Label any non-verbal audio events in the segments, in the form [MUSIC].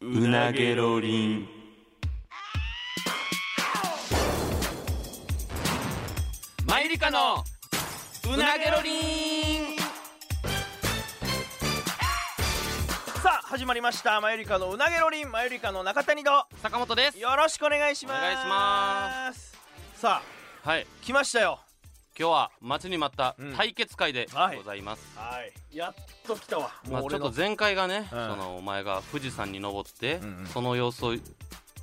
うなげろりんマイリカのうなげろりんさあ始まりましたマユリカのうなげろりんマユリカの中谷と坂本ですよろしくお願いしますお願いしますさあはい来ましたよ今日は待ちに待ったうん対決会ではいございます、はいやっと来たわまあちょっと前回がうね、んそのお前が富士山に登って、うんうんその様子を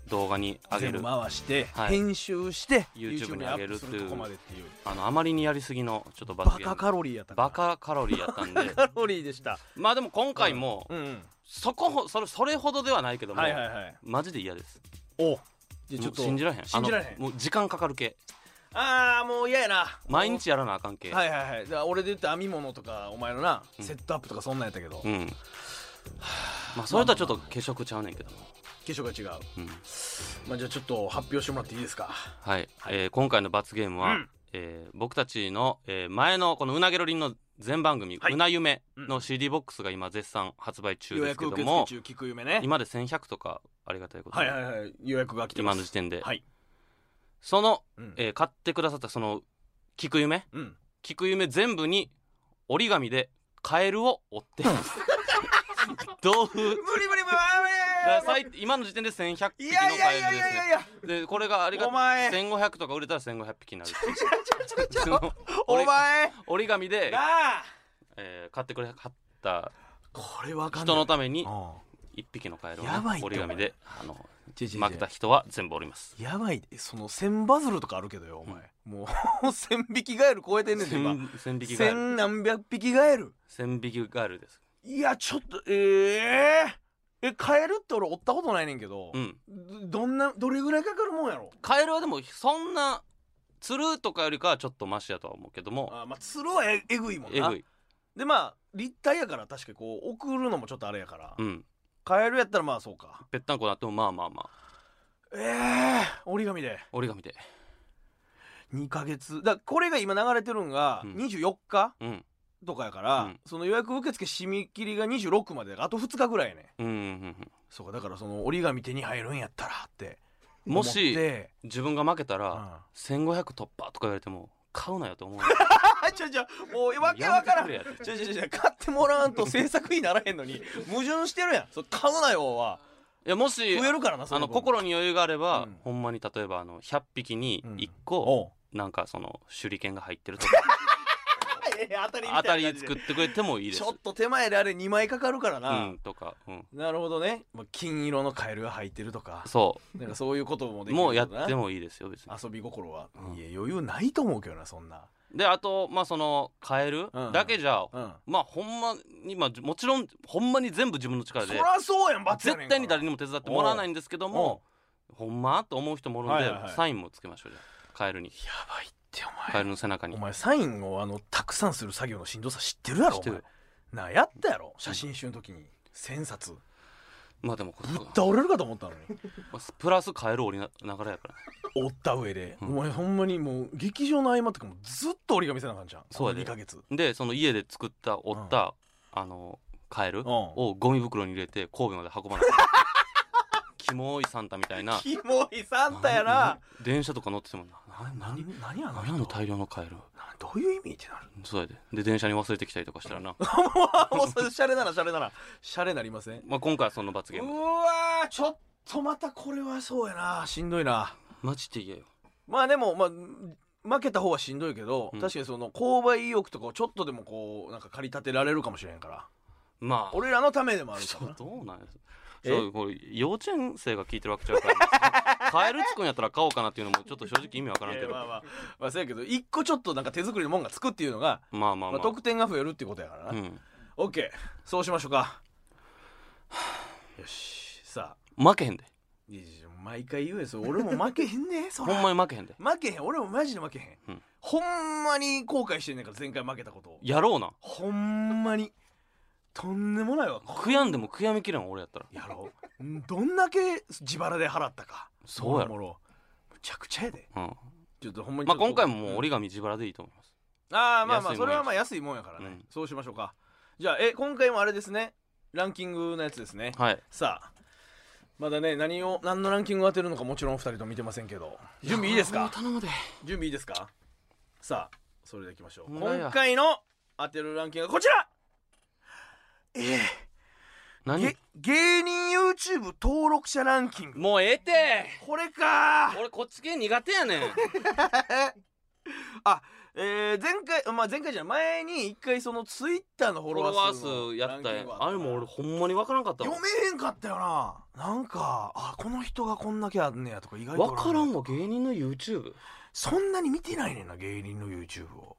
動画に上げ全る部回して、はい編集して YouTube にア上げッるプっすているうとこまでっていうあのあまりにやりすぎのちょっと罰バゲームカカロリーやったバカカカロリーやったんで [LAUGHS] カロリーでしたまあでも今回も、うんうんそこほそれそれほどではないけども、はいはいはいマジで嫌ですおじゃあちょっともう信じられへん信じられへあのんもう時間かかる系ああもう嫌やな毎日やらなあかん系、はいはいはいだから俺で言って編み物とかお前のな、うんセットアップとかそんなんやったけど、うんまあそれとはちょっと化粧ちゃうねんけども、化粧が違ううんまあじゃあちょっと発表してもらっていいですかはい、はいえー今回の罰ゲームは、うんえー僕たちの、えー前のこのうなげろりんの全番組「はいうな夢」うの CD ボックスが今絶賛発売中予です約けど受も付中聞く夢ね今で1100とかありがたいことはに、いはいはい予約が来てま今すの時点で、はいその、うんえー買ってくださったその「聞く夢」うん聞く夢全部に折り紙でカエルを折 [LAUGHS] っています。同封無理無理無理だから無最今の時点で1100理匹いのやいやカエいやルいですやいね。やでこれがありがお前1500とか売れたら1500匹になるし。ちょそのお前折り紙でな、あえー買ってくれはったこれわかんない人のためにう1匹のカエルを、やばいって折り紙であのんちょいちょいちょい負けた人は全部折ります。やばいその千バズルとかあるけどよお前もう千匹ガエル超えてんねんて今千千匹ガエル千何百匹ガエル千匹ガエルです。いやちょっとえええカエルって俺追ったことないねんけどうん。どどんなどれぐらいかかるもんやろカエルはでもそんなつるとかよりかはちょっとマシやとは思うけども、あまあ鶴はええぐいもんえなぐい。でまあ立体やから確かにこう送るのもちょっとあれやから、うん。カエルやったらまあそうかぺったんこなってもまあまあまあええ折り紙で折り紙で2ヶ月だこれが今流れてるんがうん24日うんとかやから、うんその予約受付締め切りが26までだからあと2日ぐらいやねうんうんうんそうかだからその折り紙手に入るんやったらってうんも思っして自分が負けたうん、らあ1500突破とか言われても買うなよと思うちょちょもう [LAUGHS] わけわからんやめてくれやちょちょちょ買ってもらわんと制作費にならへんのに矛盾してるやんそう買うなよはいやもし増えるからなそあの分心に余裕があれば、うんほんまに例えばあの100匹にうん1個、おうなんかその手裏剣が入ってるとかええ当たりみたいな当たり感じで作ってくれてもいいですちょっと手前であれ2枚かかるからうな、んとか、うん、なるほどね、まあ、金色のカエルが入ってるとか [LAUGHS] そなんかそういうこともでうきるもうやってももいいですよ別に遊び心は、うんいや余裕ないと思うけどなそんなであとまあその買えるうんだけじゃ、うんまあほんまにまあもちろんほんまに全部自分の力そでらそうやんバツやねんか絶ら対に誰にも手伝ってもらわないんですけどもほんまと思う人もおるんで、はいはいはいサインもつけましょうよカエルにやばいっておカエ前ルの背中にお前サインをあのたくさんする作業のしんどさ知ってるやろ知ってるお前なやったやろ写真集の時に1000冊まあでもこぶっ倒れるかと思ったのにプラスカエル折りながらやから折った上で、うんお前ほんまにもう劇場の合間とかもずっと折り紙せなあかんじゃんそうやで2ヶ月でその家で作った折った、あのカエルうをゴミ袋に入れて神戸まで運ばない [LAUGHS] キモいサンタみたいんなキモいサンタやな電車とか乗っててもなな何何何あの何人あの大量のカエルなどういう意味ってな [LAUGHS] るそうやでで電車に忘れてきたりとかしたらな、もうそれシャレならシャレならシャレなりませんうまあ、今回はその罰ゲームわーちょっとまたこれはそうやなしんどいなマジで言えよまあでもまあ負けた方はしんどいけど、うん確かにその購買意欲とかをちょっとでもこうなんか駆り立てられるかもしれんからまあ俺らのためでもあるかそらうなどうなんやえそうこれ幼稚園生が聞いてるわけちゃ [LAUGHS] うからカエルつくんやったら買おうかなっていうのもちょっと正直意味わからんけいやどまあまあまあそうやけど一個ちょっとなんか手作りのもんがつくっていうのが、まあまあままあ、得点が増えるっていうことやからな、あうんオッケーそうしましょうかよしさあ負けへんでいやいや毎回言うやつ俺も負けへんね [LAUGHS] そほらんまに負けへんで負けへん俺もマジで負けへん、うんほんまに後悔してんねんから前回負けたことをやろうなほんまにとんでもないわ悔やんでも悔やみきれん俺やったらやろうんどんだけ自腹で払ったかそうやろもろもろむちゃくちゃやでうんちょっとほんまにまあ今回ももう折りり紙自腹でいいと思いますああまあま安あいもんやそれはまあ安いもんやからね、うんそうしましょうかじゃあえ今回もあれですねランキングのやつですねはいさあまだね何を何のランキングを当てるのかもちろんお二人とも見てませんけど準備いいですもうか頼むで準備いいですかさあそれでいきましょうほんまや今回の当てるランキングはこちらえ何芸人 YouTube 登録者ランキンもうええてこれか俺こっち系苦手やねんあえー、前回まあ前回じゃない前に一回そのツイッターのフフォォロロワワー数のー数やったランキンやグがんあれも俺ほんまにわからんかったわ読めへんかったよななんかあこの人がこんだけあんねやとか意外とわからんわわ芸人の YouTube そんなに見てないねんな芸人の YouTube を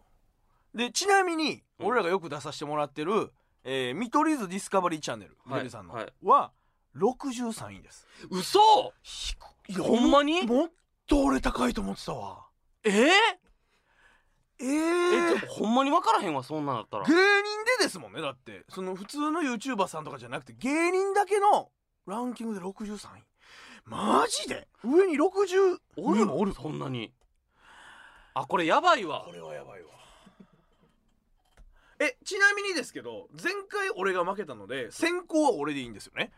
でちなみにうん俺らがよく出させてもらってる、えー見取り図ディスカバリーチャンネルみはいどりさんの、ははい63位です嘘ひくいほんまにもっと俺高いと思ってたわえー、ええー、ちょほんまにわからへんわそんなんだったら芸人でですもんねだってその普通の YouTuber さんとかじゃなくて芸人だけのランキングで63位マジで上に60おる人もおるそんなにあこれやばいわれはやばいわえちなみにですけど前回俺が負けたので先行は俺でいいんですよね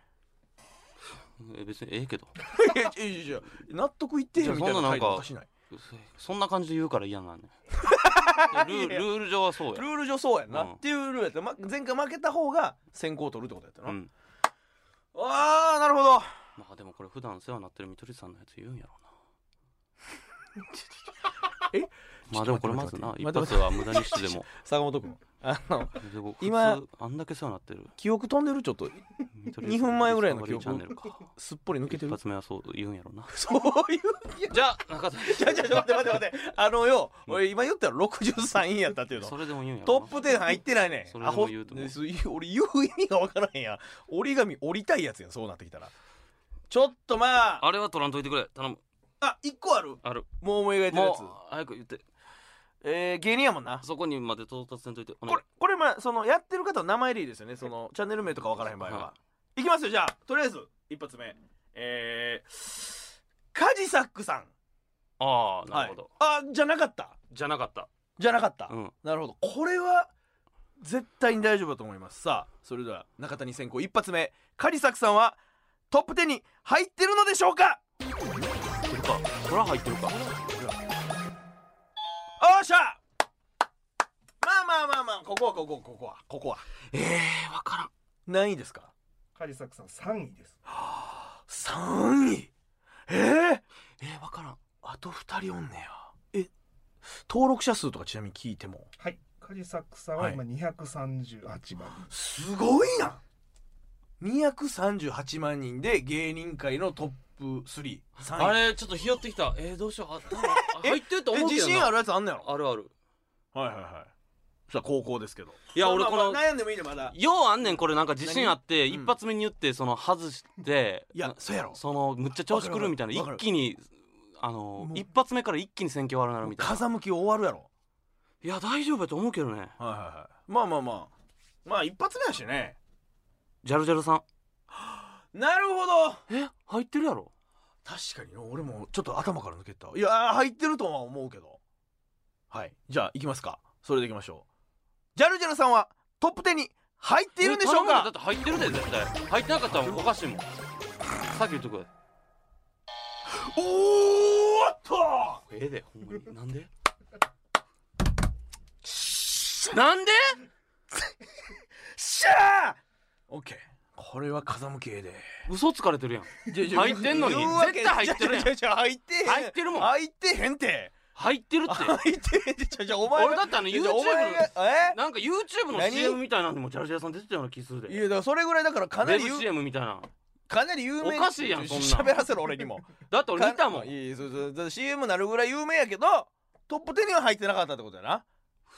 え別にええけどいやいやいや納得いってへんみたいな態度おかしないそんな感じで言うから嫌なんね [LAUGHS] ルールール上はそうルやール上そうやな、うんっていうルールやった、ま、前回負けた方が先行取るってことやったな、うんあーなるほどまあでもこれ普段世話になってる見取り図さんのやつ言うんやろう [LAUGHS] えな [LAUGHS] まあでもこれまずなちょ一っと待発っては無駄にしてでも坂本君あのでも [LAUGHS] 普今通あんだけ世話になってる記憶飛んでるちょっと見取二分前ぐらいの記憶チャンネルかすっぽり抜けて一る発目はそう言うんやろうなそういうじゃあ中田じゃじゃ待って待って待ってあのよ、うん俺今言ったら63位やったっていう [LAUGHS] のそれでも言うんやろうトッなプ10入ってないねそんれでも言うと思うアホねそう俺言う意味が分からへんやん折り紙折りたいやつやんそうなってきたらちょっとまああれは取らんといてくれ頼むあ一1個あるあるもう思い描いてるやもつう早く言ってえー、芸人やもんなそこにまで到達せんといてお願こいれこれまあそのやってる方は名前でいいですよねそのチャンネル名とか分からへん場合は、、はいきますよじゃあとりあえず一発目えー、カジサックさんああなるほど、はい、あじゃなかったじゃなかったじゃなかった、うんなるほどこれは絶対に大丈夫だと思いますさあそれでは中谷先行一発目カリサクさんはトップ10に入ってるのでしょうかそれかそら入ってるかおっしゃまあまあまあまあここはここここはここはええー、わからん何位ですかカリサクさん3位です。 3位えー、えー、わからんあと2人おんねやえ登録者数とかちなみに聞いてもはい。カリサクさんは今238番。すごいな238万人で芸人界のトップ33あれちょっとひよってきたえー、どうしようあ多分あえ入ってるとえ思うけ自どな信あるやつあんのやろあるあるはいはいはいそしたら高校ですけどいや俺まあこまあの悩んでもいいのまだようあんねんこれなんか自信あって何うん一発目に言ってその外していやなそうやろそのむっちゃ調子くるみたいなわかるわかる一気にあのもう一発目から一気に選挙終わるなるみたいな風向き終わるやろいや大丈夫やと思うけどねはいはいはいまあまあまあまあ一発目だしねジャルジャルさんなるほどえ入ってるやろ確かに俺もちょっと頭から抜けたいやー入ってるとは思うけどはいじゃあ行きますかそれでいきましょうジャルジャルさんはトップ10に入っているんでしょうえ頼むよだっかて入ってるで絶対入ってなかったらおかしいもんさっき言っとくおーっとええでほんまになんでなんでしゃあオッケーこれは風向きええで嘘つかれてるやん入ってんのに言うわけ絶対入ってるやんじゃじゃじゃ入ってへん入ってるもん入ってへんて入ってるって入ってへんてじゃじゃお前俺だってあの YouTube じゃじゃお前がえなんか YouTube の何 CM みたいなんでもジャルジャルさん出てたような気するでいやだからそれぐらいだからかなウェりブ有 CM みたいなかなり有名おかしいやんそんなん喋らせろ俺 [LAUGHS] にもだって俺見たもかんいいそうそうだから CM なるぐらい有名やけどトップ10には入ってなかったってことやな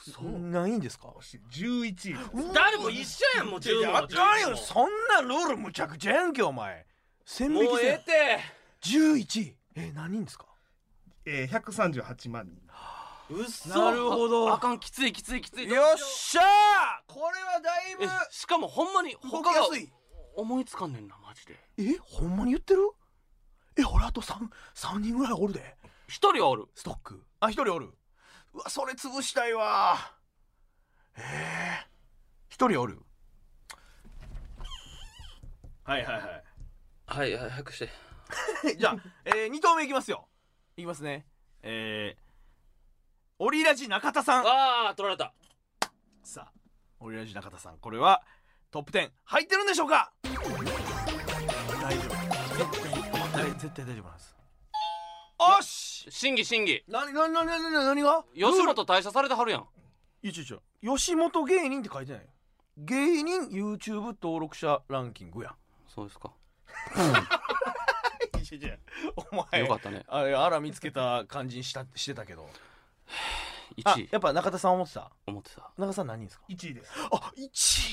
嘘ないんですか惜しい11位です。誰も一緒やんもういやい10やもあかんよもそんなルールむちゃくちゃやんけお前線引もきう線ええ11位え何人ですかえー、138万人。てうっそなるほどああかんきついきついきついよっしゃーこれえはだいしかもほんまにぶ動他きやがすい思いつかんねんなマジでえほんまに言ってるえ俺あと 3, 3人ぐらいおるで一人はおるストックあ一人おるうわそれ潰したいわええ一人おるはいはいはいはいはい早くしてじゃあ、えー、2投目いきますよいきますねえー、オリラジ中田さんああ取られたさあオリラジ中田さんこれはトップ10入ってるんでしょうか大丈夫絶対絶対大丈夫なんですおし審議審議なになになになになにが吉本退社されてはるやんいや違う違う吉本芸人って書いてないよ芸人 YouTube 登録者ランキングやそうですかいやいやおよかったねあれあら見つけた感じにしたしてたけどあ1位やっぱ中田さん思ってた思ってた中田さん何人ですか1位ですあ1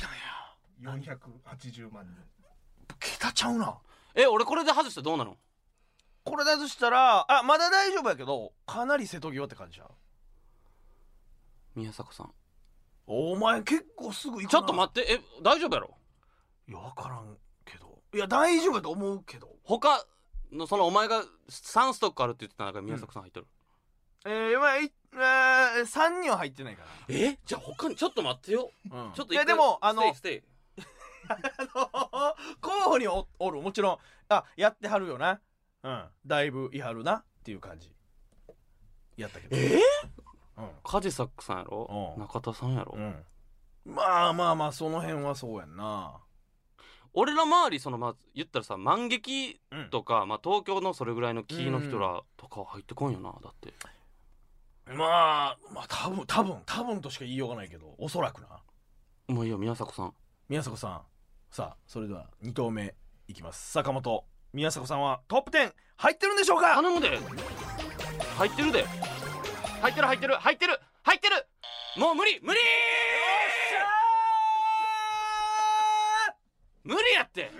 位なんや480万人桁ちゃうなえ俺これで外したらどうなのこれだとしたらあまだ大丈夫やけどかなり瀬戸際って感じじゃん宮迫さんお前結構すぐ行くなちょっと待ってえ大丈夫やろいや分からんけどいや大丈夫やと思うけど他のそのお前が3ストックあるって言ってた中に宮迫さん入ってる、えー、まあいえー、3人は入ってないかえじゃあ他にちょっと待ってよら、うんちょっといやでもあのステイステイあの候補におおるもちろんあやってはるよなうんだいぶいはるなっていう感じやったけどえうんカジサックさんやろうん中田さんやろ、うんまあまあまあその辺はそうやんな俺ら周りそのまあ言ったらさ万劇うんとか、まあ、東京のそれぐらいのキーの人らとかは入ってこんよなだってまあまあ多分多分多分としか言いようがないけどおそらくなもういいよ宮迫さん宮迫さんさあそれでは2投目いきます坂本宮迫さんはトップ10入ってるんでしょうか頼むで入ってるで入ってる入ってる入ってる入ってるもう無理無理無理やって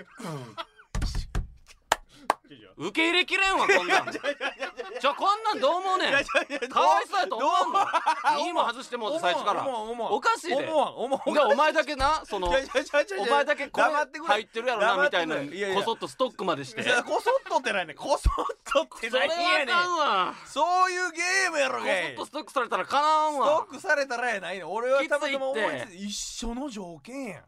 受け入れきれんわこんなんちょこんなんどう思うねんかわいそうやと思うもん2位も外してもうて最初からおかしいで思わん思わんでお前だけなそのお前だけこれ黙ってくれ入ってるやろな黙みってたくれいなのいやいやこそっとストックまでしていやこそっとってないねこそっとってそれないはやあねかんわそういうゲームやろこがそいっとストックされたらかなわんストわックされたらやないの俺はたまたま思いきついっつい一緒の条件やん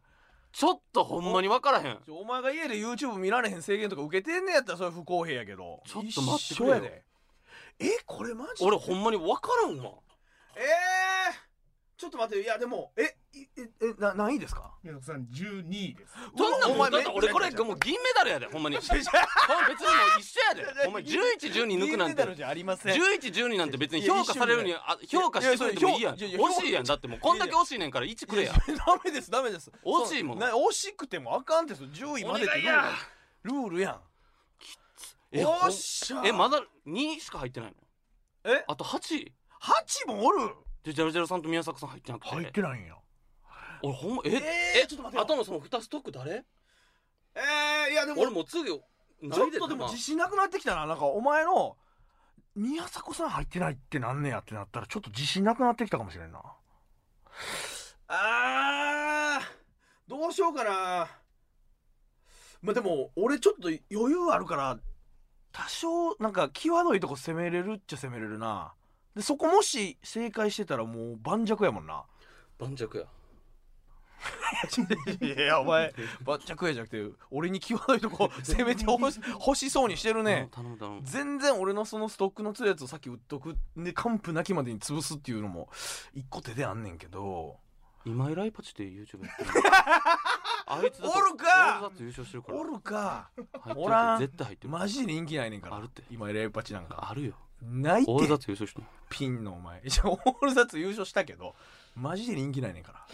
ちょっとほんまに分からへんちょお前が家で YouTube 見られへん制限とか受けてんねやったらそれ不公平やけどちょっと待ってくれ一緒よやでえこれマジで俺ほんまに分からんわええちょっと待っていやでもえいええな何位ですか宮迫さん12位ですそんなうもわんだって俺これめっちゃもう銀メダルやでほんまにほ [LAUGHS] んま別にもう一緒やでほんま11、12抜くな銀メんてダルじゃありません11、12なんて別に評価されるにあ評価してくれてもいいやんいやいやそれ評惜しいやんだってもうこんだけ惜しいねんから1くれやいやダメですダメです惜しいもんそうな惜しくてもあかんです10位までってルールやルールやんえおほっんしゃえまだ2しか入ってないのえあと8位8もおるでジャルジャルさんと宮迫さん入ってなくてないんや俺ほんまええーちょっと待てよあとのその2ストック誰えー、いやでも俺もう次ちょっとでも自信なくなってきたななんかお前の宮迫さん入ってないってなんねやってなったらちょっと自信なくなってきたかもしれんなあーどうしようかなまあでも俺ちょっと余裕あるから多少なんか際どいとこ攻めれるっちゃ攻めれるなでそこもし正解してたらもう盤石やもんな盤石やいやいやお前盤石やじゃなくて俺に際どいとこ攻めてほし欲しそうにしてるね、頼む頼む全然俺のそのストックの強いやつをさっき売っとくで完膚なきまでに潰すっていうのも一個手であんねんけど今井ライパチって YouTube [LAUGHS] やってるあいつだっておるか俺だって優勝してるからおるか入っておらん絶対入ってるマジで人気ないねんからあるって今レイパチなんかあるよないって俺だって優勝してるピンのお前じゃあオールザッツ優勝したけどマジで人気ないねんから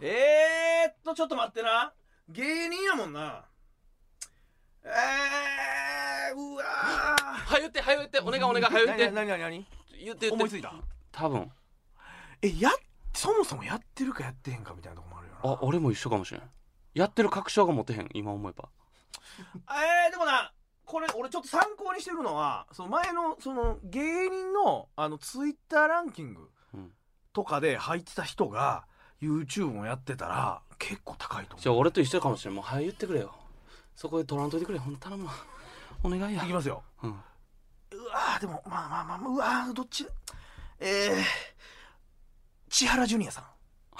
えーっとちょっと待ってな芸人やもんなえー、うわはゆってはゆってお願いお願いはゆっ何て何何何言って言って思いついた多分えやっそもそもやってるかやってへんかみたいなとこもあるよなあ俺も一緒かもしれんやってる確証が持てへん今思えばえー、でもなこれ俺ちょっと参考にしてるのはその前のその芸人のあのツイッターランキングうんとかで入ってた人が YouTube もやってたら結構高いとじゃあ俺と一緒かもしれんもうはゆ言ってくれよそこで取らんといてくれほんと頼むわお願いや思ういきますようんうわーでもまあまあまあまあうわーどっちえー、千原ジュニ [SIGHS] アさん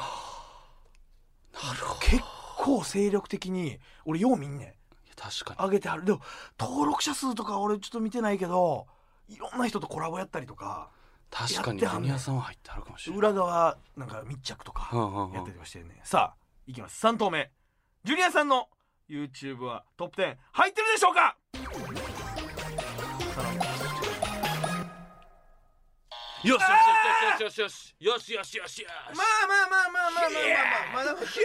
なるほど結構精力的に俺よう見んねん確かに上げてはるでも登録者数とか俺ちょっと見てないけどいろんな人とコラボやったりとか確かにやってはんジねュんニアさんは入ってあるかもしれない裏側なんか密着とかうんうんうんやったりとかしてんね、さあいきます3投目ジュニアさんの YouTube はトップ10入ってるでしょうかよしよしよしよしよしよしよしよしよしまあまあまあまあまあまあまあまあまあまだヒ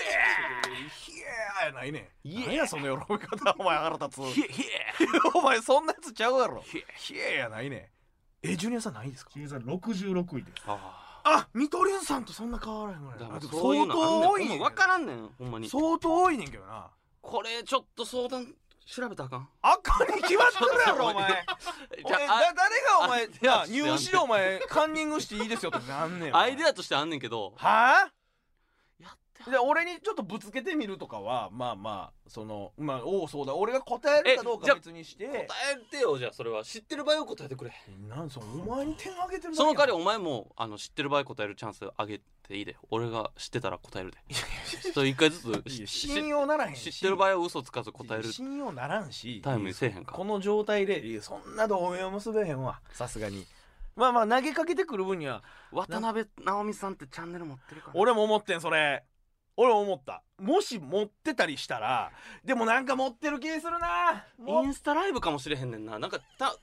エーやないね何やその喜び方お前腹立つひえひえお前そんなやつちゃうやろヒエーやないねえジュニアさんないですかジュニアさん66位です。ああ見取り図さんとそんな変わらへんぐらあいだかあらでもそういうのあんね相当多んいほんねんま分からんねんほんまに相当多いねんけどなこれちょっと相談調べたらあかん赤に決まってる [LAUGHS] やろお前じゃおいだあ誰がお前あいやあ入試でお前カンニングしていいですよってなんねんあアイデアアとしてあんねんけどはやってあで俺にちょっとぶつけてみるとかはまあまあそのまあおおそうだ俺が答えるかどうえじかゃあ別にして答えてよじゃあそれは知ってる場合を答えてくれなんそのお前に点あげてるだけやんその代わりお前もあの知ってる場合答えるチャンスあげていいで俺が知ってたら答えるでそれ一回ずついやし信用ならへん知しってる場合は嘘つかず答える信用ならんしタイムにせえへんかこの状態でいやそんな同盟を結べへんわさすがにまあまあ投げかけてくる分には渡辺直美さんってチャンネル持ってるから俺も思ってんそれ俺も思ったもし持ってたりしたらでもなんか持ってる気するなもうインスタライブかもしれへんねんななんかた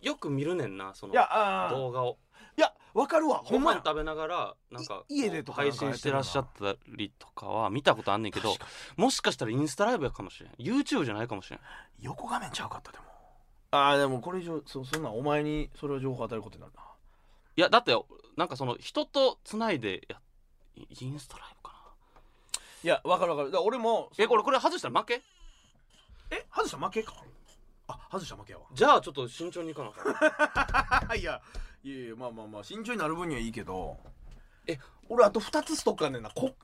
よく見るねんなそのいやあー動画をいやわかるわほごんま飯や食べながらなんかい家でとかなん配かやってるな信してらっしゃったりとかは見たことあんねんけどもしかしたらインスタライブやかもしれん YouTube じゃないかもしれん横画面ちゃうかったでもああでもこれ以上そそんなんお前にそれを情報与えることになるないやだってなんかその人とつないでやイインスタライブかないやわかるわかるだから俺もえこれこれ外したら負けえ外したら負けかあ外したら負け [LAUGHS] やわじゃあちょっと慎重にいかなあかんいやいやいやまあまあまあ慎重になる分にはいいけどえ俺あと2つストックあんねんなこ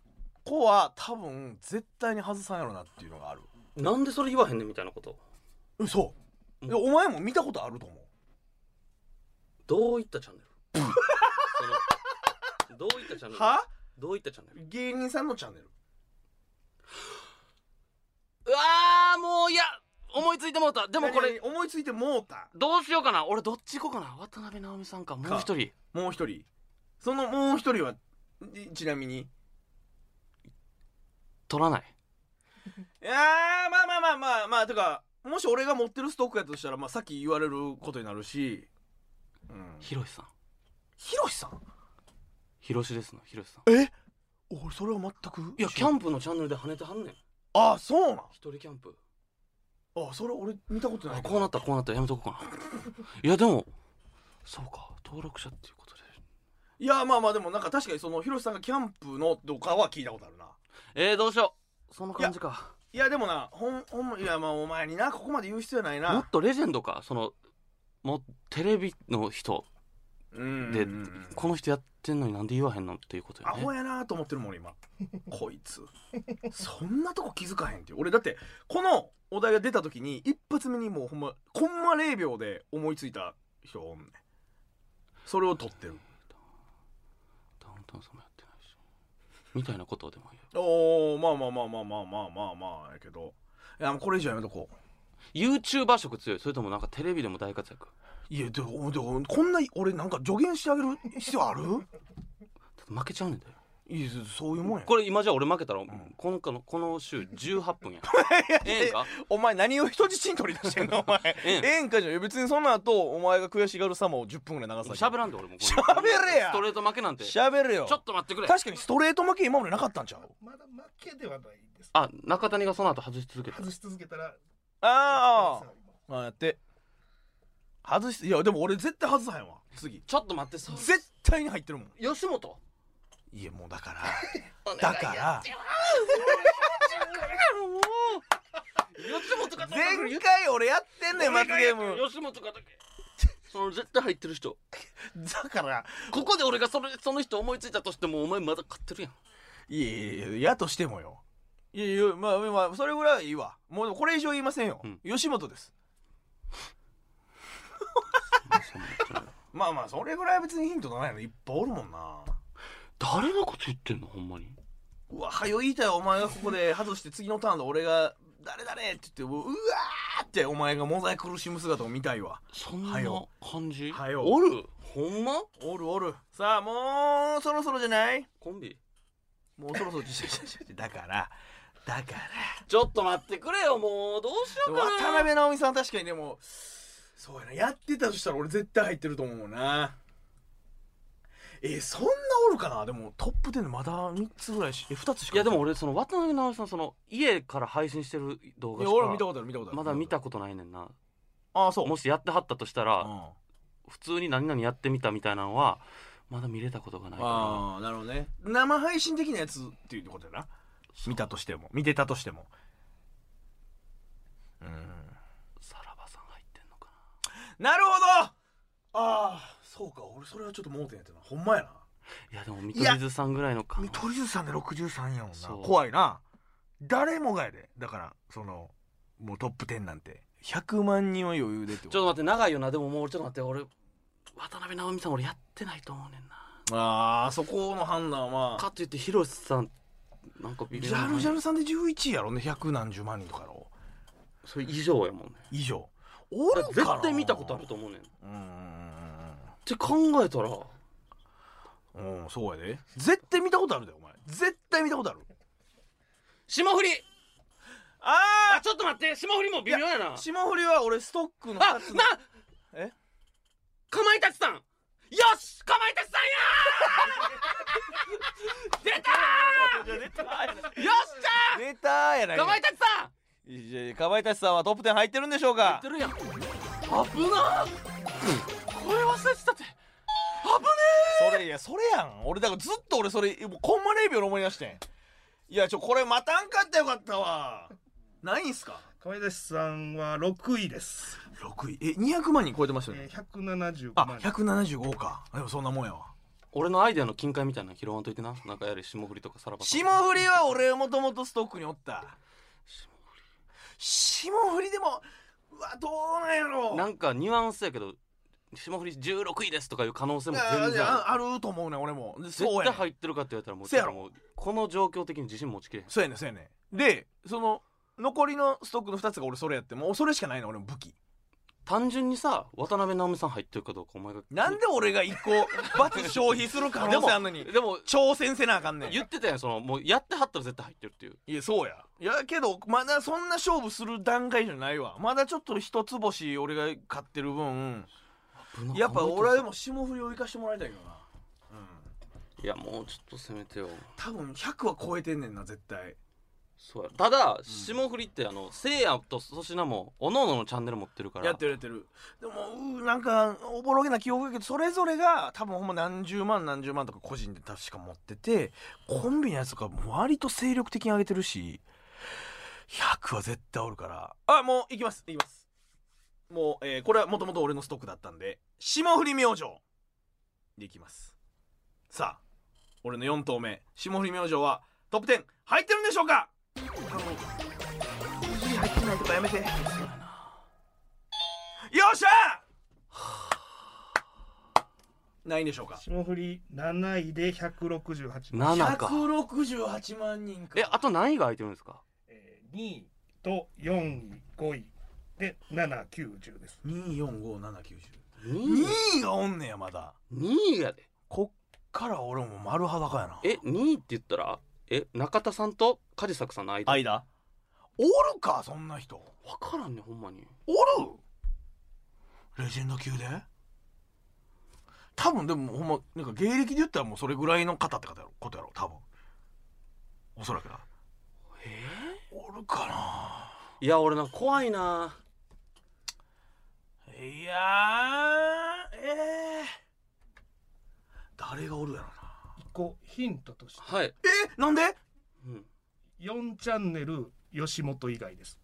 こは多分絶対に外さんやろなっていうのがある [LAUGHS] なんでそれ言わへんねんみたいなことえそういやお前も見たことあると思うどういったチャンネルその [LAUGHS] どういったチャンネルはどういったチャンネル芸人さんのチャンネルうわーもういや思いついてもうたでもこれ何々思いついてもうたどうしようかな俺どっち行こうかな渡辺直美さんかもう一人もう一人そのもう一人はちちなみに取らないいやーまあまあまあまあまあてかもし俺が持ってるストックやとしたら、まあ、さっき言われることになるし、うん、ひろしさんひろしさんひろしですのひろしさんえ俺それは全くいやキャンプのチャンネルで跳ねてはんねんあそうなん一人キャンプあそれ俺見たことなあいこうなったこうなったやめとこうか [LAUGHS] ないやでもそうか登録者っていうことでいやまあまあでもなんか確かにそのひろしさんがキャンプのとかは聞いたことあるなえー、どうしようその感じかいやでもなほんほんまいやまあお前になここまで言う必要ないもっなとレジェンドかそのもうテレビの人うんで、この人やってんのになんで言わへんのっていうことアよねホやなと思ってるもん俺今こいつそんなとこ気づかへんっていう俺だってこのお題が出た時に一発目にもうほんまコンマ0秒で思いついた人おんねんそれを取ってるダウンタウンさんもやってないしみたいなことでも言うおおまあまあまあまあまあまあまあまあやけどいやもうこれ以上やめとこう YouTuber 色強いそれともなんかテレビでも大活躍いやでもでもこんな俺なんか助言してあげる必要あるだって負けちゃうねんだよいやそういうもんやこれ今じゃ俺負けたら、このこのこの週18分 [LAUGHS] やええんかお前何を人質に取り出してんの [LAUGHS] お前ええええんかじゃんいや別にその後お前が悔しがる様を10分ぐらい流さ喋らんで俺もう喋れやストレート負けなんてちょ喋るよっと待ってくれ確かにストレート負け今までなかったんちゃうまだ負けではないです。あ中谷がその後外し続けた外し続けたら、あさああやって外していやでも俺絶対外さへんわ次ちょっと待ってそう絶対に入ってるもん吉本いやもうだ [LAUGHS] からだから吉本 [LAUGHS] か前回俺やってんねん罰ゲーム吉本かだけその絶対入ってる人だからここで俺がそれその人思いついたとしてもお前まだ買ってるや [LAUGHS] んいやいやいややとしてもよいやいやまあまあそれぐらいはいいわもうこれ以上言いませんよ、うん吉本ですまあまあそれぐらいは別にヒントないのいっぱいおるもんな誰のこと言ってんのほんまにうわはよ言いたいよお前がここで外して次のターンで俺が誰誰って言ってうわーってお前がモザイク苦しむ姿を見たいわそんなはよ感じはよおるほんまおるおるさあもうそろそろじゃないコンビもうそろそろだからだかちょっと待ってくれよもうどうしよらうかな渡辺直美さんは確かにでもそうやなやってたとしたら俺絶対入ってると思うなえーそんなおるかなでもトップ10でまだ3つぐらいしえ2つしかいやでも俺その渡辺直美さんその家から配信してる動い画やし俺は見たかことある見たことあるまだ見たことないねんなああそうもしやってはったとしたうらん普通に何々やってみたみたいなのはまだ見れたことがないかああなるほどね生配信的なやつっていうことやな見たとしても見てたとしてもうんらさらばさん入ってんのかなるほどああそうか俺それはちょっと盲点やったなほんまやなないやでも見取り図さんぐらいの感見取り図さんで63やもんなそう怖いな誰もがやでだからそのもうトップ10なんて100万人は余裕でってちょっとこ待って長いよなでももうちょっと待って俺渡辺直美さん俺やってないと思うねんなとああそこの判断はかといって広瀬さんなんか微ジ妙なャルジャルさんで11位やろね百何十万人とかやろそれ以上やもんね以上おるかな絶対見たことあると思うねんっうーんて考えたらうん、そうやで。絶対見たことあるだよ、お前。絶対見たことある。霜降りああちょっと待って霜降りも微妙やな霜降りは俺ストックのあ二つなえかまいたちさんよしかまいたちさ [LAUGHS] んやー出出たーたーよっしゃ出たーやなーいかまいたちさんいやいやかまいたちさんはトップ10入ってるんでしょうやっかてるやん危なーこれ忘れてたってそれいやそれやん俺だからずっと俺それもうコンマ0秒で思い出してんいやちょこれ待たんかったらよかったわないんすか亀梨さんは6位です。 6位え200万人超えてましたえー、175あ万。 175かでもそんなもんやわ俺のアイデアの金塊みたいなの拾わんといてななんかやれ霜降りとかさらばとか霜降りは俺もともとストックにおった霜降りでもうわどうなんやろなんかニュアンスやけど霜降り16位ですとかいう可能性もあ全いや然あるああると思うね俺もでそう絶や対ね入んってるかって言われたらもうせやろもうこの状況的に自信持ちきれへんそうやねんそうやねんでその残りのストックの2つが俺それやってもうそれしかないの俺も武器単純にさ渡辺直美さん入ってるかどうかお前がなんで俺が1個罰消費する可能性あんのに [LAUGHS] でも挑戦せなあかんねん言ってたやんそのもうやってはったら絶対入ってるっていういやそうやいやけどまだそんな勝負する段階じゃないわまだちょっと一つ星俺が勝ってる分やっぱ俺はでも霜降りを生かしてもらいたいけどなうんいやもうちょっとせめてよ多分100は超えてんねんな絶対そうやただ霜降りってあのせいやと粗品もおのおののチャンネル持ってるからやってるやってるでもうーなんかおぼろげな記憶やけどそれぞれが多分ほんま何十万何十万とか個人で確か持っててコンビのやつとか割と精力的に上げてるし100は絶対おるからあもういきますいきますもう、えーこれはもともと俺のストックだったんで霜降り明星でいきますさあ俺の4投目霜降り明星はトップ10入ってるんでしょうか多分ギリ入ってないとかやめてよっしゃないんでしょうか霜降り7位で168万。 7か168万人かえあと何位が空いてるんですかえー、2位と4位、5位で7、90です。 245790 2 2位がおんねやまだ位やでこっから俺も丸裸やなえ2位って言ったらえ中田さんと梶作さんの間分間おるかそんな人からんねほんまにおるレジェンド級で多分でもほんまなんか芸歴で言ったらもうそれぐらいの方ってことやろことやろ多分おそらくなえおるかいや俺なんか怖いなないやーええ誰がおるやろな一個ヒントとして、はい、えなんでうん、 4チャンネル吉本以外です。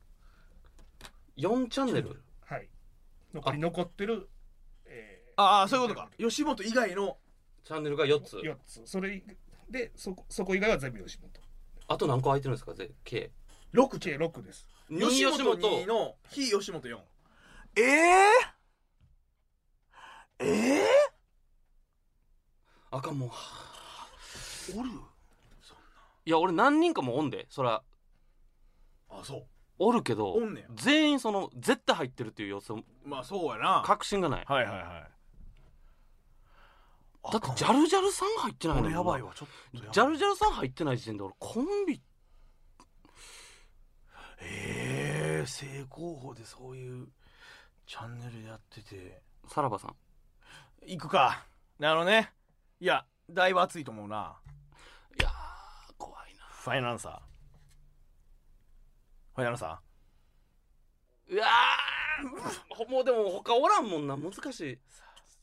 4チャンネルはい。残り残ってる、えああそういうことか吉本以外のチャンネルが4つー、4つ。それで、そこそこ以外は全部吉本。あと何個空いてるんですかぜ計6計6です。 2吉本2の非吉本4ええええあかんもうおるいや俺何人かもおんでそらあそうおるけどおんねや全員その絶対入ってるっていう予想まあそうやな確信がないはいはいはいだってジルャルジャルさん入ってないの俺やばいわちょっとやばいジャルジャルさん入ってない時点で俺コンビええ正攻法でそういうチャンネルやっててさらばさん行くかなるほどねいやだいぶ熱いと思うないやー怖いなファイナンサーファイナンサーうわーほもうでも他おらんもんな難しい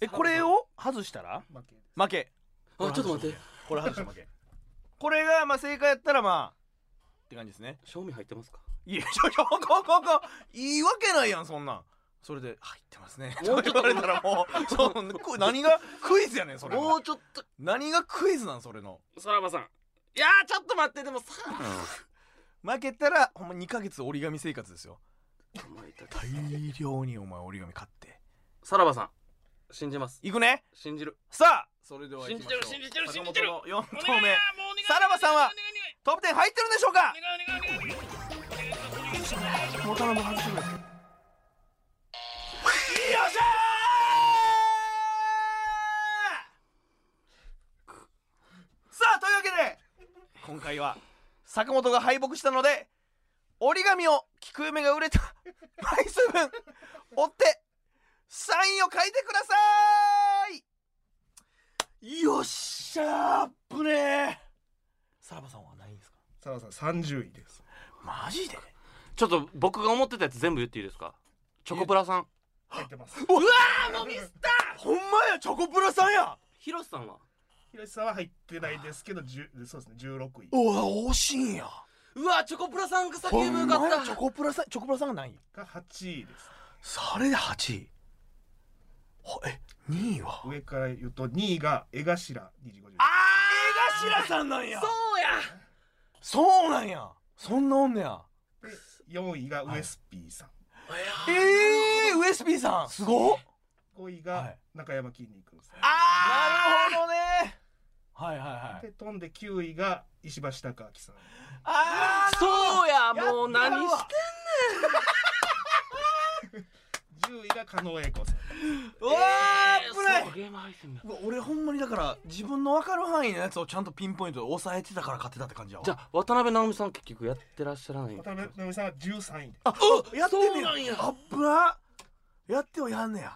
えこれを外したら負けです負けあちょっと待ってこれ外した負けこれがまあ正解やったらまあって感じですね賞味入ってますかいやちょちょこここいいわけないやんそんなんそれで入ってますね [LAUGHS] もうちょっと言われたらもうそうこ何がクイズやねんそれもはうちょっと何がクイズなんそれのさらばさんいやーちょっと待ってでもさらばさん負けたらほんま2ヶ月折り紙生活ですよお前だけ大量にお前折り紙買ってさらばさん信じますいくね信じるさあそれでは行きましょう信じてる信じてる坂本の4投お願い目もうお願いさらばさんはトップ10入ってるんでしょうかお願いお願いお願いもう頼む外してくれよっしゃーさあというわけで今回は坂本が敗北したので折り紙を聞く夢が売れた [LAUGHS] 枚数分追ってサインを書いてくださいよっしゃーあぶねえさらばさんはないんですかさらばさん30位ですマジでちょっと僕が思ってたやつ全部言っていいですかチョコプラさん入って [LAUGHS] ますうわーもうミスったほんまやチョコプラさんやヒロシさんは広瀬さんは入ってないですけど10そうですね16位うわ惜しいんやうわチョコプラさんが先ほにん向まかっやチョたコプラさんチョコプラさんが何位が8位ですそれで8位ほえ2位は上から言うと2位が江頭25位江頭さんなんやそうやそうなんやそんなおんねや4位がウエスピーさん、ええー、ウエスピーさんすごっ5位はがい中山きんに君さん、あなるほどねはいはいはいで飛んで9位が石橋貴明さんあーそうやもうやったわ何して10位が狩野英孝さんうわー危ないえーそうゲーム配信だうわ俺ほんまにだから自分の分かる範囲のやつをちゃんとピンポイントで抑えてたから勝てたって感じやわじゃあ渡辺直美さん結局やってらっしゃらない渡辺直美さんは13位であやってそんうねなんややあっぶなやってはやんねや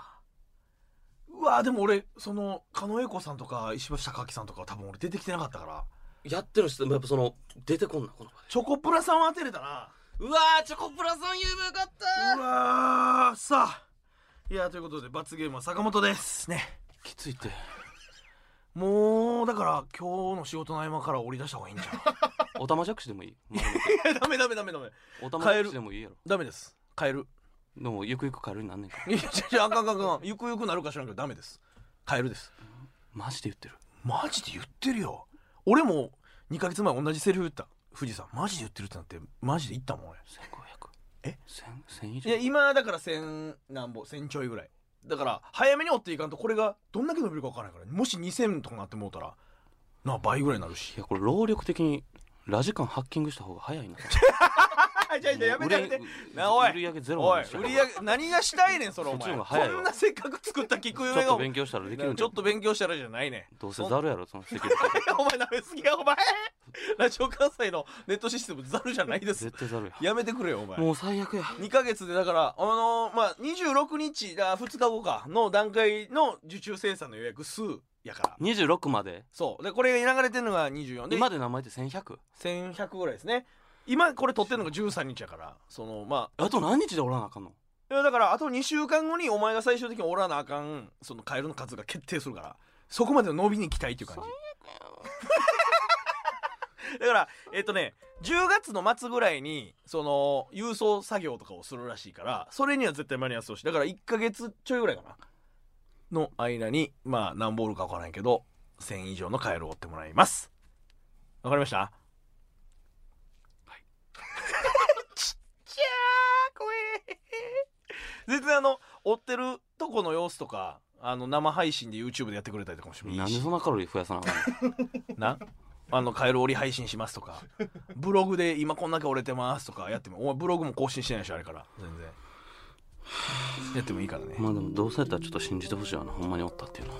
うわでも俺その狩野英孝さんとか石橋貴明さんとかは多分俺出てきてなかったからやってる人やっぱその出てこんなこの場チョコプラさんは当てれたなでうわーチョコプラさん有名かったうわーさあいやということで罰ゲームは坂本ですねきついってもうだから今日の仕事の合間から降り出した方がいいんじゃおたまじゃくしでもい [LAUGHS] い丸めてんダメダメダメダメおたまじゃくしでもいいやろダメです変えるでもゆくゆくカエルになんねんからいやいやいやあかんあかんあかんゆくゆくなるか知らんけどダメです変えるですマジで言ってるマジで言ってるよ俺も2ヶ月前同じセリフ言った富士山マジで言ってるってなってマジで言ったもん俺1500え千千以い上や今だから1000何ぼ1000ちょいぐらいだから早めに追っていかんとこれがどんだけ伸びるか分からないからもし2000とかなってもうたらなあ倍ぐらいになるしいやこれ労力的にラジカンハッキングした方が早いな。あじゃあじゃあやめてやめてもう売れなあおい売り上げゼロおいなんですよ売り上げ何がしたいねんそれおそっち前のこ方が早いわんなせっかく作った聞くちょ夢っがとお前勉強したらできるんちだょよっと勉強したらじゃないねんどうせざるやろその席でいや [LAUGHS] お前なめすぎやお前ラジオ関西のネットシステムザルじゃないです絶対ざるやめてくれよお前やもう最悪や2ヶ月でだからあのーまあ26日だ2日後かの段階の受注生産の予約数やから26までそうでこれが流れてるのが24で今で名前って1100 1100ぐらいですね今これ撮ってるのが13日やからそのまあと何日でおらなあかんのあいやだからあと2週間後にお前が最終的におらなあかんそのカエルの数が決定するからそこまでの伸びに期待っていう感じだからえっ、とね10月の末ぐらいにその郵送作業とかをするらしいからそれには絶対間に合わせてほしいだから1ヶ月ちょいぐらいかなの間にまあ何ボールか分からないけど1000以上のカエルを追ってもらいますわかりましたちゃー怖え全然あの追ってるとこの様子とかあの生配信で YouTube でやってくれたりとかもしれなないんでしそんなカロリー増やさなあかんのなあのカエル折り配信しますとかブログで今こんだけ折れてますとかやってもお前ブログも更新してないでしょあれから全然やってもいいからねまあでもどうせやったらちょっと信じてほしいわなほんまにおったっていうの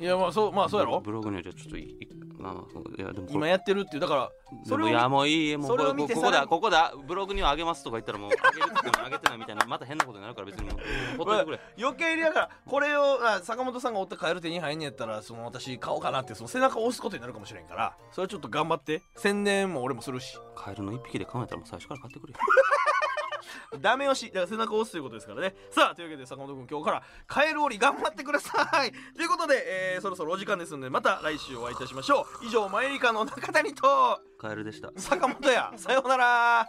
いやまあそうまあそうやろブログにはじゃあちょっといいまあまあそういやでもこ今れやってるっていうだからそれをいやもういいもうそこれれをこ見てこさらだにここだブログにはあげますとか言ったらもうあげるって言ってもあげてないみたいなまた変なことになるから別にもうほっといてくれ余計にだからこれをあ坂本さんがおったカエル手に入んねやったらその私買おうかなってその背中を押すことになるかもしれんからそれはちょっと頑張って宣伝も俺もするしカエルの一匹で考えたらもう最初から買ってくれよダメ押しだから背中を押すということですからねさあというわけで坂本君今日からカエル折り頑張ってください [LAUGHS] ということで、えーそろそろお時間ですのでまた来週お会いいたしましょう以上マエリカの中谷とカエルでした坂本やさようなら